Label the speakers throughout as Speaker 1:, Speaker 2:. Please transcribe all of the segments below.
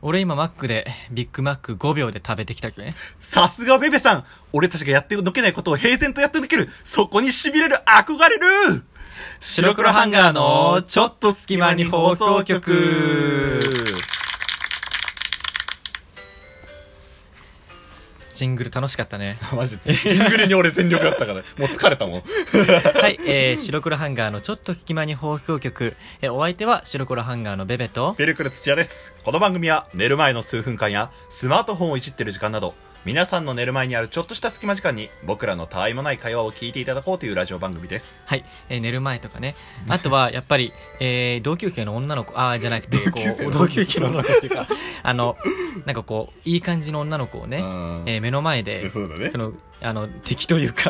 Speaker 1: 俺今マックでビッグマック5秒で食べてきたですね。
Speaker 2: さすがベベさん俺たちがやってのけないことを平然とやってのけるそこに痺れる憧れる白黒ハンガーのちょっと隙間に放送局
Speaker 1: ジングル楽しかったね。
Speaker 2: マジでジングルに俺全力だった からもう疲れたもん
Speaker 1: はい、えー、白黒ハンガーのちょっと隙間に放送局。えー、お相手は白黒ハンガーのベベと、
Speaker 2: ベルクル土屋ですこの番組は寝る前の数分間やスマートフォンをいじってる時間など皆さんの寝る前にあるちょっとした隙間時間に僕らのたわいもない会話を聞いていただこうというラジオ番組です
Speaker 1: はい、えー寝る前とかね。あとは、やっぱり、えー同級生の女の子、ああ、じゃなくて、こう、同
Speaker 2: 同
Speaker 1: 級
Speaker 2: 級
Speaker 1: 生
Speaker 2: 生
Speaker 1: の
Speaker 2: の
Speaker 1: 女の子っていうか、あの、なんかこう、いい感じの女の子をね、
Speaker 2: うん
Speaker 1: えー目の前で、
Speaker 2: そうだね
Speaker 1: その、あの、敵という か、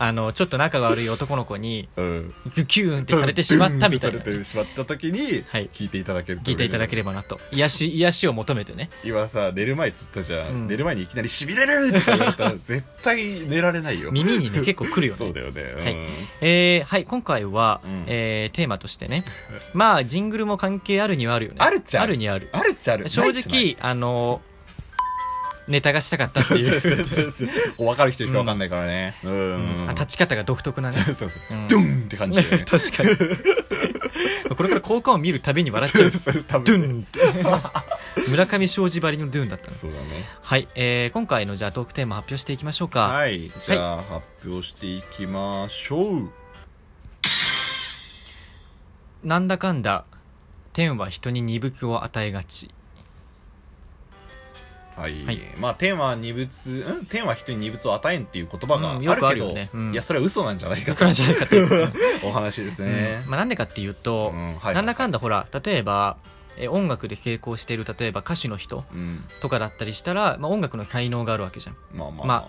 Speaker 1: あの、ちょっと仲が悪い男の子に、
Speaker 2: うん
Speaker 1: ズキューンってされてしまったみたいな
Speaker 2: さ。れてしまった時に
Speaker 1: はい
Speaker 2: 聞いていただけると
Speaker 1: 聞いていただければなと。癒し、癒しを求めてね。
Speaker 2: 今さ寝る前っつったじゃん、
Speaker 1: うん
Speaker 2: 寝る前にいきなり「しびれる!」って言わ れたら絶対寝られないよ
Speaker 1: 耳 にね、結構来るよね。
Speaker 2: そうだよね、うん
Speaker 1: はいえーはい、今回は、
Speaker 2: うん
Speaker 1: えーテーマとしてね、まあ、ジングルも関係あるにはあるよね。
Speaker 2: あるっちゃあ
Speaker 1: あ
Speaker 2: る
Speaker 1: るにはある。
Speaker 2: あるっちゃある
Speaker 1: 正
Speaker 2: ないっちゃない
Speaker 1: 直、あの、ネタがしたかったっていう。
Speaker 2: そうそうそうそう分かる人しか分かんないからねうん、
Speaker 1: あ立ち方が独特なね
Speaker 2: そう。そうそう
Speaker 1: うん、
Speaker 2: ドゥンって感じで、ね
Speaker 1: 確かに。これから効果を見るたびに笑っちゃう。
Speaker 2: そうそう多
Speaker 1: ド
Speaker 2: 分
Speaker 1: ゥンって。 村上庄司ばりのドゥンだったの。
Speaker 2: そうだね
Speaker 1: はい、えー今回のじゃあトークテーマ発表していきましょうか。
Speaker 2: はいじゃあ、発表していきましょう
Speaker 1: なんだかんだ、天は人に二物を与えがち。
Speaker 2: はい、
Speaker 1: はい
Speaker 2: まあ天は二物うん天は人に二物を与えんっていう言葉があ
Speaker 1: うん
Speaker 2: る
Speaker 1: よくあ
Speaker 2: け
Speaker 1: る
Speaker 2: ど、
Speaker 1: よねうん
Speaker 2: いや それは嘘なんじゃないか
Speaker 1: それじゃなかったですね。
Speaker 2: お話ですね、
Speaker 1: うんまあ、なんでかっていうと、
Speaker 2: うんはい
Speaker 1: なんだかんだほら例えばえー音楽で成功している例えば歌手の人
Speaker 2: うん
Speaker 1: とかだったりしたら、まあ、音楽の才能があるわけじゃん
Speaker 2: まあまあ、
Speaker 1: ま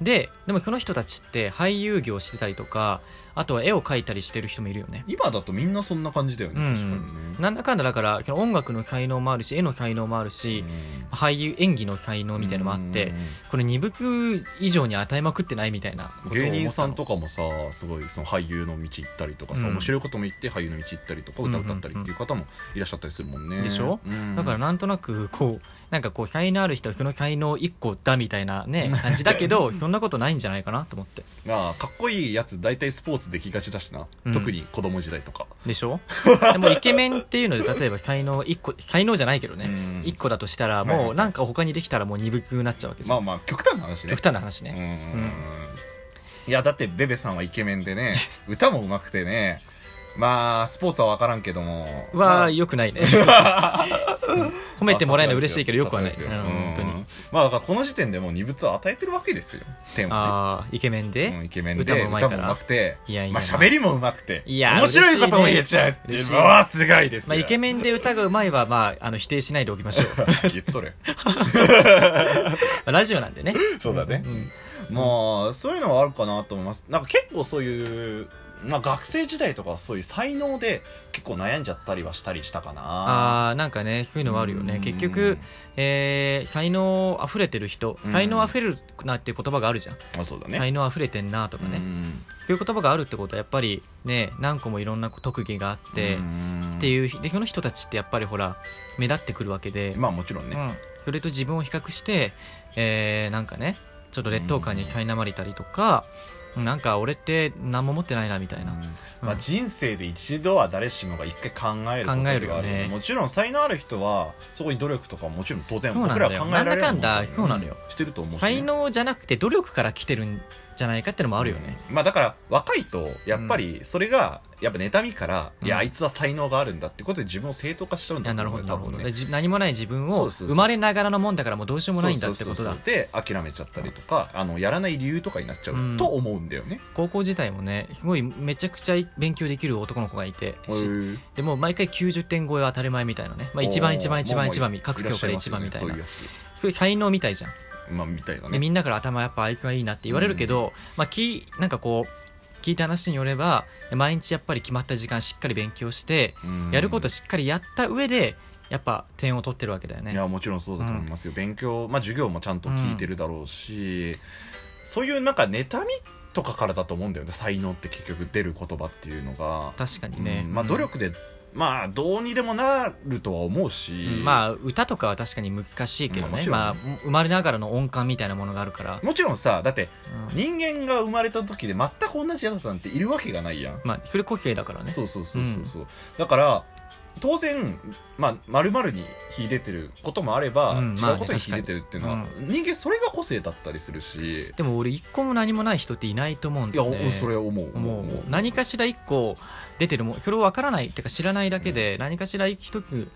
Speaker 1: ででもその人たちって俳優業してたりとかあとは絵を描いたりしてる人もいるよね
Speaker 2: 今だとみんなそんな感じだよね、
Speaker 1: うん
Speaker 2: 確かにね
Speaker 1: なんだかんだだからその音楽の才能もあるし絵の才能もあるし、俳優演技の才能みたいなのもあって、
Speaker 2: うん
Speaker 1: これ二物以上に与えまくってないみたいなことを思った
Speaker 2: 芸
Speaker 1: の
Speaker 2: 人さんとかもさすごいその俳優の道行ったりとかさ、
Speaker 1: うん
Speaker 2: 面白いことも言って俳優の道行ったりとか歌歌ったりっていう方もいらっしゃったりするもんね
Speaker 1: でしょ、
Speaker 2: うん
Speaker 1: だからなんとなくこうなんかこう才能ある人はその才能1個だみたいなね感じだけど そんなことないんじゃないかなと思って
Speaker 2: まあかっこいいやつ大体スポーツできがちだしな、
Speaker 1: うん
Speaker 2: 特に子供時代とか、
Speaker 1: でし ょでもイケメンっていうので例えば才能1個才能じゃないけど
Speaker 2: う
Speaker 1: ね、
Speaker 2: ん
Speaker 1: 一1個だとしたら
Speaker 2: はい
Speaker 1: も
Speaker 2: は
Speaker 1: う
Speaker 2: い
Speaker 1: なんか他にできたらもう二物になっちゃうわけじゃ
Speaker 2: ま
Speaker 1: ん、
Speaker 2: あまあ極端な話ね
Speaker 1: 極端な話
Speaker 2: うん
Speaker 1: ね、
Speaker 2: いやだってベベさんはイケメンで ね歌も上手くてねまあスポーツは分からんけども
Speaker 1: は
Speaker 2: まあ
Speaker 1: よくないねうん 褒めてもらえるの嬉しいけどよくはない、
Speaker 2: さ
Speaker 1: う
Speaker 2: す
Speaker 1: ん、
Speaker 2: がですよ
Speaker 1: 本当
Speaker 2: う
Speaker 1: に
Speaker 2: んまあだからこの時点でもう二物を与えてるわけですよ天は
Speaker 1: ああイケメンで、
Speaker 2: ねうんイケメンで歌
Speaker 1: 歌も
Speaker 2: も
Speaker 1: 上手い
Speaker 2: 上
Speaker 1: から
Speaker 2: 手くて
Speaker 1: いやいや
Speaker 2: まあ喋りも上手くて
Speaker 1: いや
Speaker 2: 面白いことも言えちゃうって
Speaker 1: 嬉しいね
Speaker 2: わあすごいですよ
Speaker 1: まあ、イ ケメンで歌がうまいは、まあ、あの否定しないでおきましょうま
Speaker 2: 言っとる
Speaker 1: あラジオなんでね
Speaker 2: そうだね
Speaker 1: ん
Speaker 2: まあそういうのはあるかなと思いますなんか結構そういうまあ学生時代とかはそういう才能で結構悩んじゃったりはしたりしたかなあ
Speaker 1: あーなんかねそういうのはあるよね
Speaker 2: うん
Speaker 1: 結局、えー才能あふれてる人
Speaker 2: うん
Speaker 1: 才能あふれるなっていう言葉があるじゃん、
Speaker 2: あそうだね
Speaker 1: 才能あふれてんなとかね、
Speaker 2: うん
Speaker 1: そういう言葉があるってことはやっぱりね何個もいろんな特技があって、
Speaker 2: うん
Speaker 1: っていうでその人たちってやっぱりほら目立ってくるわけで、
Speaker 2: まあもちろん
Speaker 1: う
Speaker 2: ね
Speaker 1: ん、それと自分を比較して、えーなんかねちょっと劣等感に苛まれたりとか、なんか俺って何も持ってないなみたいな、
Speaker 2: まあ、人生で一度は誰しもが一回考えること
Speaker 1: 考
Speaker 2: があ
Speaker 1: える
Speaker 2: る
Speaker 1: よね
Speaker 2: もちろん才能ある人はそこに努力とかももちろん当然
Speaker 1: そうなん
Speaker 2: 僕
Speaker 1: だよ
Speaker 2: らは考えられる
Speaker 1: なんだかんだそうなのよ
Speaker 2: してると思うしね、
Speaker 1: 才能じゃなくて努力から来てるんじゃないかってのもあるよね、
Speaker 2: まあだから若いとやっぱりそれがやっぱ妬みから、
Speaker 1: うん
Speaker 2: いやあいつは才能があるんだってことで自分を正当化しちゃうんだ
Speaker 1: あ
Speaker 2: と
Speaker 1: なる
Speaker 2: 思
Speaker 1: ほ
Speaker 2: う
Speaker 1: どな
Speaker 2: よ
Speaker 1: るほど、
Speaker 2: 多分ね
Speaker 1: じ何もない自分
Speaker 2: そ
Speaker 1: を
Speaker 2: うそうそう
Speaker 1: 生まれながらのもんだからもうどうしようもないんだってこと
Speaker 2: そうそう
Speaker 1: だ
Speaker 2: そうで諦めちゃったりとかあのやらない理由とかになっちゃう、
Speaker 1: うん
Speaker 2: と思うんだよね
Speaker 1: 高校時代もねすごいめちゃくちゃ勉強できる男の子がいてし
Speaker 2: うん
Speaker 1: でもう毎回90点超えは当たり前みたいなね、まあ、一番一番一番一番み各教科で一番みたいな
Speaker 2: そういうや
Speaker 1: そういう才能みたいじゃん
Speaker 2: つまあみたいな
Speaker 1: で
Speaker 2: ね
Speaker 1: みんなから頭やっぱあいつがいいなって言われるけど、まあ、きなんかこう聞いた話によれば毎日やっぱり決まった時間しっかり勉強して
Speaker 2: うん
Speaker 1: やることしっかりやった上でやっぱ点を取ってるわけだよね
Speaker 2: いやもちろんそうだと思いますよ、勉強、まあ、授業もちゃんと聞いてるだろうし、そういうなんか妬みとかからだと思うんだよね才能って結局出る言葉っていうのが、
Speaker 1: 確かにね、
Speaker 2: うんまあ、努
Speaker 1: うん
Speaker 2: 力でまあどうにでもなるとは思うし、
Speaker 1: うんまあ歌とかは確かに難しいけど
Speaker 2: まあも
Speaker 1: ね、
Speaker 2: ちろん
Speaker 1: まあ、生まれながらの音感みたいなものがあるから、
Speaker 2: もちろんさだって
Speaker 1: うん
Speaker 2: 人間が生まれた時で全く同じやつなんているわけがないやん、
Speaker 1: まあ、それ個性だからね
Speaker 2: そうそうそうそうそう、だから当然まあ丸々に秀でてることもあれば、
Speaker 1: うんまあ
Speaker 2: 違
Speaker 1: ね
Speaker 2: うことに秀でてるっていうのは、
Speaker 1: 確
Speaker 2: 人間それが個性だったりするし
Speaker 1: でも俺一個も何もない人っていないと思うん
Speaker 2: い
Speaker 1: だ
Speaker 2: や、
Speaker 1: よね
Speaker 2: おそれは思う
Speaker 1: もう何かしら一個出てるもんそれを分からないっていうか知らないだけで何かしら一つ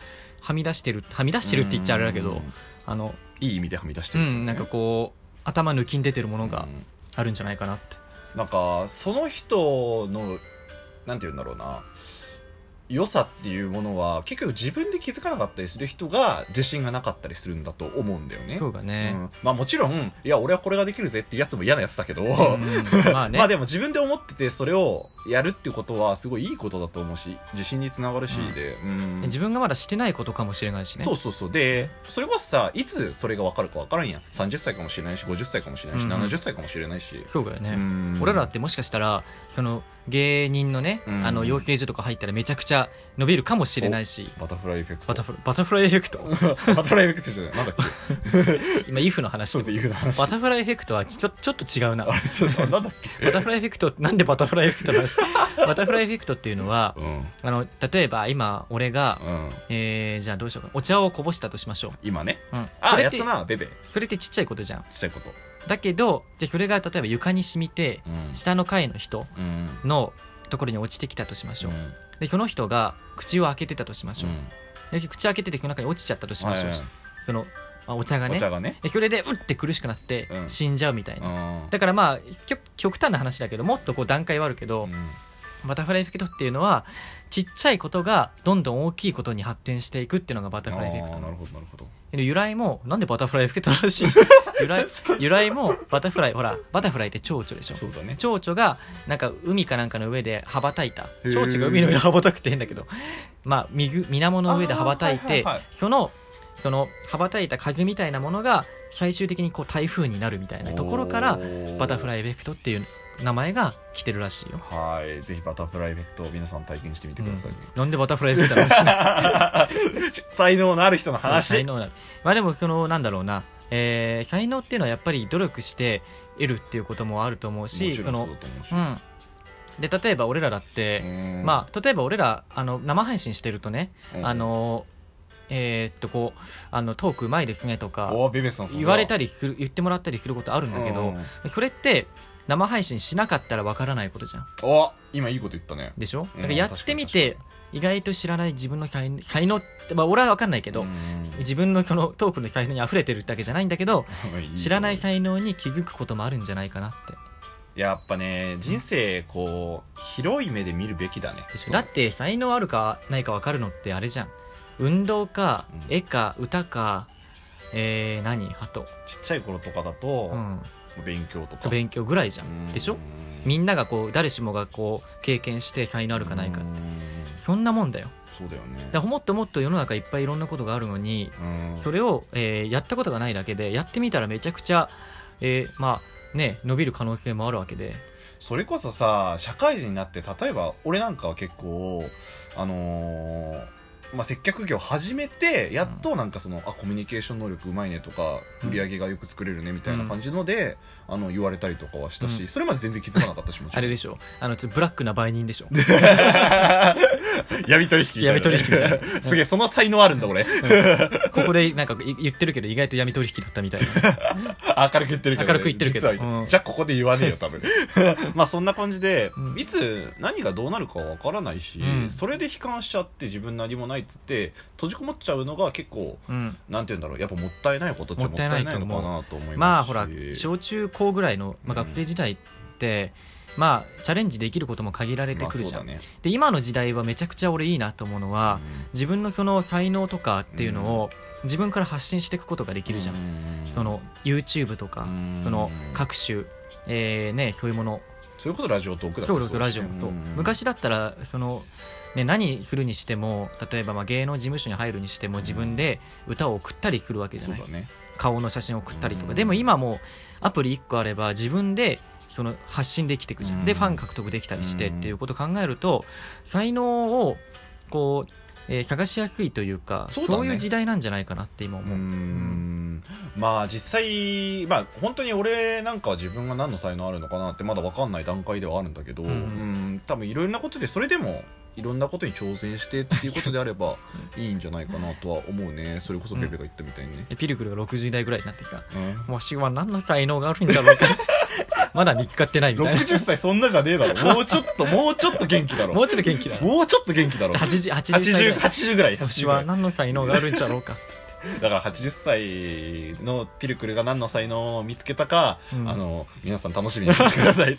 Speaker 1: はみ出してるはみ出してるって言っちゃあれだけ
Speaker 2: うん
Speaker 1: どあの
Speaker 2: いい意味ではみ出して
Speaker 1: う
Speaker 2: る、
Speaker 1: んなんかこう頭抜きに出てるものが
Speaker 2: うん
Speaker 1: あるんじゃないかなって
Speaker 2: なんかその人のなんて言うんだろうな良さっていうものは結局自分で気づかなかったりする人が自信がなかったりするんだと思うんだよね
Speaker 1: そうだ
Speaker 2: う
Speaker 1: ね
Speaker 2: んまあもちろんいや俺はこれができるぜっていうやつも嫌なやつだけど、
Speaker 1: うん まあね
Speaker 2: まあでも自分で思っててそれをやるってことはすごいいいことだと思うし自信につながるし
Speaker 1: うん
Speaker 2: で、うん
Speaker 1: 自分がまだしてないことかもしれないしね
Speaker 2: そうそうそうでそれこそさいつそれが分かるか分からんやん30歳かもしれないし50歳かもしれないし、
Speaker 1: うん
Speaker 2: 70歳かもしれないし、
Speaker 1: そうだよね、
Speaker 2: うん
Speaker 1: 俺らってもしかしたらその芸人のね、
Speaker 2: うん
Speaker 1: あの養成所とか入ったらめちゃくちゃ伸びるかもしれないし
Speaker 2: バタフライエフェクト
Speaker 1: バタフライバタフライエフェク ト
Speaker 2: バタフライエフェクトじゃないな んだっけ
Speaker 1: 今イフの話
Speaker 2: そう
Speaker 1: して
Speaker 2: そう
Speaker 1: る
Speaker 2: いう話
Speaker 1: バタフライエフェクトはちょちょっと違うな
Speaker 2: あれそうなんだっけ
Speaker 1: バタフライエフェクトなんでバタフライエフェクトの話 バタフライエフェクトっていうのは
Speaker 2: うんう
Speaker 1: あの例えば今俺が、
Speaker 2: ん
Speaker 1: えー、じゃあどうしようかお茶をこぼしたとしましょう、
Speaker 2: 今ね
Speaker 1: うん、そ
Speaker 2: あ
Speaker 1: れ
Speaker 2: や
Speaker 1: っ
Speaker 2: ってたなベベちっ
Speaker 1: それってちっちゃいことじゃん
Speaker 2: ちゃいこと
Speaker 1: だけどじゃあそれが例えば床に染みて
Speaker 2: うん
Speaker 1: 下の階の人
Speaker 2: うん
Speaker 1: のところに落ちてきたとしましょう、
Speaker 2: うん
Speaker 1: でその人が口を開けてたとしましょう、
Speaker 2: うん
Speaker 1: で口開けててその中に落ちちゃったとしま
Speaker 2: はい
Speaker 1: しょう、そのあお茶が
Speaker 2: はい
Speaker 1: ね
Speaker 2: お茶がね
Speaker 1: でそれでうって苦しくなって
Speaker 2: うん
Speaker 1: 死んじゃうみたいな、
Speaker 2: うん
Speaker 1: だからまあ極極端な話だけどもっとこう段階はあるけど、
Speaker 2: うん
Speaker 1: バタフライエフェクトっていうのはちっちゃいことがどんどん大きいことに発展していくっていうのがバタフライエフェク
Speaker 2: あ
Speaker 1: ト
Speaker 2: ーな
Speaker 1: の
Speaker 2: るほどなるほど
Speaker 1: で由来もなんでバタフライエフェクトらしい 由来由来もバタフライほらバタフライって蝶々でしょ
Speaker 2: そうだね
Speaker 1: 蝶々がなんか海かなんかの上で羽ばたいた
Speaker 2: へー
Speaker 1: 蝶々が海の上で羽ばたくって変だけどまあ水水面の上で羽ばたい
Speaker 2: あーはい
Speaker 1: て
Speaker 2: はいはい
Speaker 1: そのその羽ばたいた風みたいなものが最終的にこう台風になるみたいなところからバタフラ
Speaker 2: イ
Speaker 1: イエフェクトっていう名前が来てるらしいよ
Speaker 2: はいぜひバタフライエフェクトを皆さん体験してみてくださいね
Speaker 1: うんなんでバタフライエフェクトらしい
Speaker 2: 才能のある人の
Speaker 1: そう才
Speaker 2: 話
Speaker 1: 能なのまあでもそのなんだろうな、えー才能っていうのはやっぱり努力して得るっていうこともあると思うし
Speaker 2: もちろん
Speaker 1: の
Speaker 2: そうだと思うし
Speaker 1: うんで例えば俺らだって、
Speaker 2: うん
Speaker 1: まあ例えば俺らあの生配信してるとね、
Speaker 2: うん
Speaker 1: あのえーっとこうあのトークうまいですねとか
Speaker 2: おーベベさん
Speaker 1: 言われた
Speaker 2: り
Speaker 1: りする言ってもらったりすることあるんだけど、それって生配信しなかったらわからないことじゃん
Speaker 2: お今いいこと言ったね
Speaker 1: でしょ、
Speaker 2: うん
Speaker 1: だからやってみ
Speaker 2: 確
Speaker 1: て
Speaker 2: か
Speaker 1: 意外と知らない自分の才才能って、まあ、俺は分かんないけど、
Speaker 2: うん
Speaker 1: 自分のそのトークの才能に溢れてるだけじゃないんだけど知らない
Speaker 2: い
Speaker 1: 才能に気づくこともあるんじゃないかなって
Speaker 2: やっぱね人生こう広い目で見るべきだね
Speaker 1: でしょ
Speaker 2: そう
Speaker 1: だって才能あるかないか分かるのってあれじゃん運動か、
Speaker 2: うん
Speaker 1: 絵か歌かえー、何あと、
Speaker 2: ちっちゃい頃とかだと、
Speaker 1: うん、
Speaker 2: 勉強とか
Speaker 1: そう勉強ぐらいじゃんでしょみんながこう誰しもがこう経験して才能あ
Speaker 2: な
Speaker 1: るかないか
Speaker 2: うん
Speaker 1: そんなもんだよ
Speaker 2: そうだよね
Speaker 1: だからもっともっと世の中いっぱいいろんなことがあるのに
Speaker 2: うん
Speaker 1: それを、えーやったことがないだけでやってみたらめちゃくちゃ、えーまあね伸びる可能性もあるわけで
Speaker 2: それこそさ社会人になって例えば俺なんかは結構あのーまあ、接客業始めてやっとなんかその、あコミュニケーション能力うまいねとか
Speaker 1: うん
Speaker 2: 売り上げがよく作れるねみたいな感じので、あの言われたりとかはしたし、
Speaker 1: うん
Speaker 2: それまで全然気づかなかったしもちろ
Speaker 1: あ
Speaker 2: ん
Speaker 1: れでしょあのちょっとブラックな売人でしょ
Speaker 2: 闇取引みたいな
Speaker 1: 闇取引みたいな
Speaker 2: すげえその才能あるんだ俺
Speaker 1: ここでなんかい言ってるけど意外と闇取引だった みたい
Speaker 2: 明るく言ってるけど、
Speaker 1: 明るく言ってるけど
Speaker 2: 実は
Speaker 1: うん
Speaker 2: じゃあここで言わねえよ 多分まあそんな感じで、
Speaker 1: うん
Speaker 2: いつ何がどうなるかわからないし、
Speaker 1: うん
Speaker 2: それで悲観しちゃって自分何もないっつって閉じこもっちゃうのが結構
Speaker 1: な、うん、
Speaker 2: なんて言うんだろうやっぱもったいないことっちゃも
Speaker 1: も
Speaker 2: っ
Speaker 1: ったた
Speaker 2: い
Speaker 1: い
Speaker 2: な
Speaker 1: ないいと
Speaker 2: の
Speaker 1: 思う
Speaker 2: かなと思いますし
Speaker 1: まあほら小中高ぐらいの、まあ、学生時代って、まあチャレンジできることも限られてくるじゃん、
Speaker 2: まあそうだね
Speaker 1: で今の時代はめちゃくちゃ俺いいなと思うのは、自分のその才能とかっていうのを自分から発信していくことができるじゃん、
Speaker 2: う
Speaker 1: その YouTube とか、
Speaker 2: うん
Speaker 1: その各種、えーね、そういうもの
Speaker 2: それこそラジオトークだって
Speaker 1: そうそう
Speaker 2: だ
Speaker 1: ラ
Speaker 2: し
Speaker 1: ジオもそう、
Speaker 2: ん
Speaker 1: 昔だったらその、ね、何するにしても例えばまあ芸能事務所に入るにしても自分で歌を送ったりするわけじゃ
Speaker 2: そう
Speaker 1: ない、
Speaker 2: だね
Speaker 1: 顔の写真を送ったりとか、
Speaker 2: うん
Speaker 1: でも今もうアプリ1個あれば自分でその発信できていくじゃん、
Speaker 2: うん
Speaker 1: でファン獲得できたりして
Speaker 2: う
Speaker 1: っ
Speaker 2: ん
Speaker 1: ていうことを考えると才能をこう、えー探しやすいというか
Speaker 2: そうだね
Speaker 1: いう時代なんじゃないかなって今
Speaker 2: うー
Speaker 1: 思う、
Speaker 2: んまあ実際まあ本当に俺なんかは自分が何の才能あるのかなってまだ分かんない段階ではあるんだけど、
Speaker 1: うん
Speaker 2: うん多分いろいろなことでそれでもいろんなことに挑戦してっていうことであればいいんじゃないかなとは思うねそれこそペペが言ったみたいにね、
Speaker 1: でピルクルが60代ぐらいになってさ
Speaker 2: うん
Speaker 1: わしは何の才能があるんじゃ ろうかってまだ見つかってないみたい
Speaker 2: 60歳そんなじゃねえだろもうちょっともうちょっと元気だ
Speaker 1: な
Speaker 2: ろ
Speaker 1: もうちょっと元気だな
Speaker 2: もうちょっと元気だろ
Speaker 1: じゃあ80 80歳ぐ
Speaker 2: 80,
Speaker 1: らい
Speaker 2: 80ぐらい
Speaker 1: わし
Speaker 2: 80ぐら
Speaker 1: はい何の才能があるんじゃろうか
Speaker 2: だから80歳のピルクルが何の才能を見つけたか、
Speaker 1: うん
Speaker 2: あの皆さん楽しみにしててください、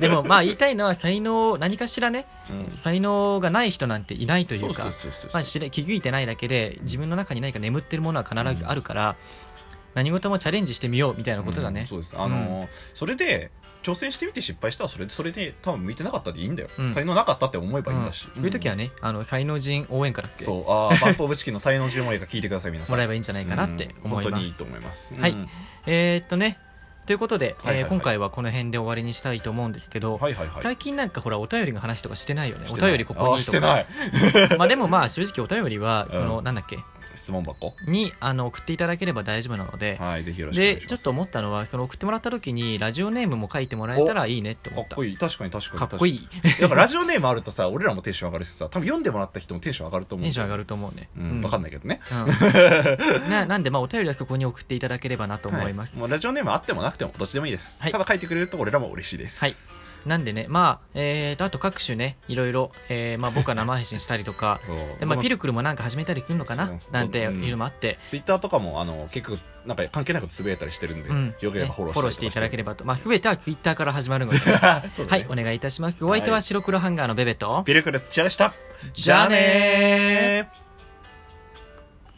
Speaker 1: でもまあ言いたいのは才能何かしらね
Speaker 2: うん
Speaker 1: 才能がない人なんていないというか
Speaker 2: そうそう
Speaker 1: まあ、知れ気づいてないだけで自分の中に何か眠ってるものは必ずあるから、何事もチャレンジしてみようみたいなことだ
Speaker 2: うん
Speaker 1: ね、
Speaker 2: そうですあのーそれで挑戦してみて失敗したらそれでそれで多分向いてなかったでいいんだよ、
Speaker 1: うん
Speaker 2: 才能なかったって思えばいいんだし、
Speaker 1: そういう時はねあの才能人応援歌だっ
Speaker 2: うん
Speaker 1: け
Speaker 2: そ
Speaker 1: も
Speaker 2: うあ あバンプオブチキンの才能十問映画聞いてください皆さん
Speaker 1: らえ
Speaker 2: ば
Speaker 1: ばいいんじゃないかなって思い
Speaker 2: 本当
Speaker 1: ま
Speaker 2: にいい
Speaker 1: す、
Speaker 2: と思います
Speaker 1: はい
Speaker 2: うん
Speaker 1: えーっとねということで、
Speaker 2: はいはいはい
Speaker 1: えー今回はこの辺で終わりにしたいと思うんですけど、
Speaker 2: はいはいはい
Speaker 1: 最近なんかほらお便りの話とかしてないよねお
Speaker 2: してない
Speaker 1: 便りここ
Speaker 2: あー
Speaker 1: に
Speaker 2: し
Speaker 1: と
Speaker 2: てな
Speaker 1: か
Speaker 2: い
Speaker 1: まあでもまあ正直お便りはその、
Speaker 2: うん
Speaker 1: なんだっけ
Speaker 2: 質問箱
Speaker 1: にあの送っていただければ大丈夫なので、
Speaker 2: はいぜひよろしくお願い
Speaker 1: で
Speaker 2: し
Speaker 1: ちょ
Speaker 2: ま
Speaker 1: っ
Speaker 2: す
Speaker 1: と思ったのはその送ってもらった時にラジオネームも書いてもらえたらいいねって思った
Speaker 2: かっこいい確かに確かに
Speaker 1: かっこい
Speaker 2: い
Speaker 1: い
Speaker 2: やっぱラジオネームあるとさ俺らもテンション上がるしさ多分読んでもらった人もテンション上がると 思う
Speaker 1: テンション上がると思うね、
Speaker 2: うん、分かんないけどね
Speaker 1: うんな なんでまあお便りはそこに送っていただければなと思います、
Speaker 2: は
Speaker 1: はい
Speaker 2: もうラジオネームあってもなくてもどっちでもいいです、
Speaker 1: はい
Speaker 2: ただ書いてくれると俺らも嬉しいです
Speaker 1: いなんでねまあえーとあと各種ねいろいろ、えーまあ、僕は生配信したりと か
Speaker 2: そう
Speaker 1: で、まあ、ピルクルもなんか始めたりするのか
Speaker 2: そう
Speaker 1: ななんて
Speaker 2: うん
Speaker 1: いうのもあって、
Speaker 2: ツイッターとかもあの結局なんか関係なくつぶやいたりしてるんで、
Speaker 1: うん
Speaker 2: よければ
Speaker 1: ね
Speaker 2: フォロー,、
Speaker 1: していただければと、まあ、全てはツイッターから始まるので、
Speaker 2: ば そうだ
Speaker 1: はい
Speaker 2: ね
Speaker 1: お願いいたしますお相手
Speaker 2: は
Speaker 1: はい白黒ハンガーのベベと
Speaker 2: ピルクル土屋でした
Speaker 1: じゃあねー
Speaker 2: ー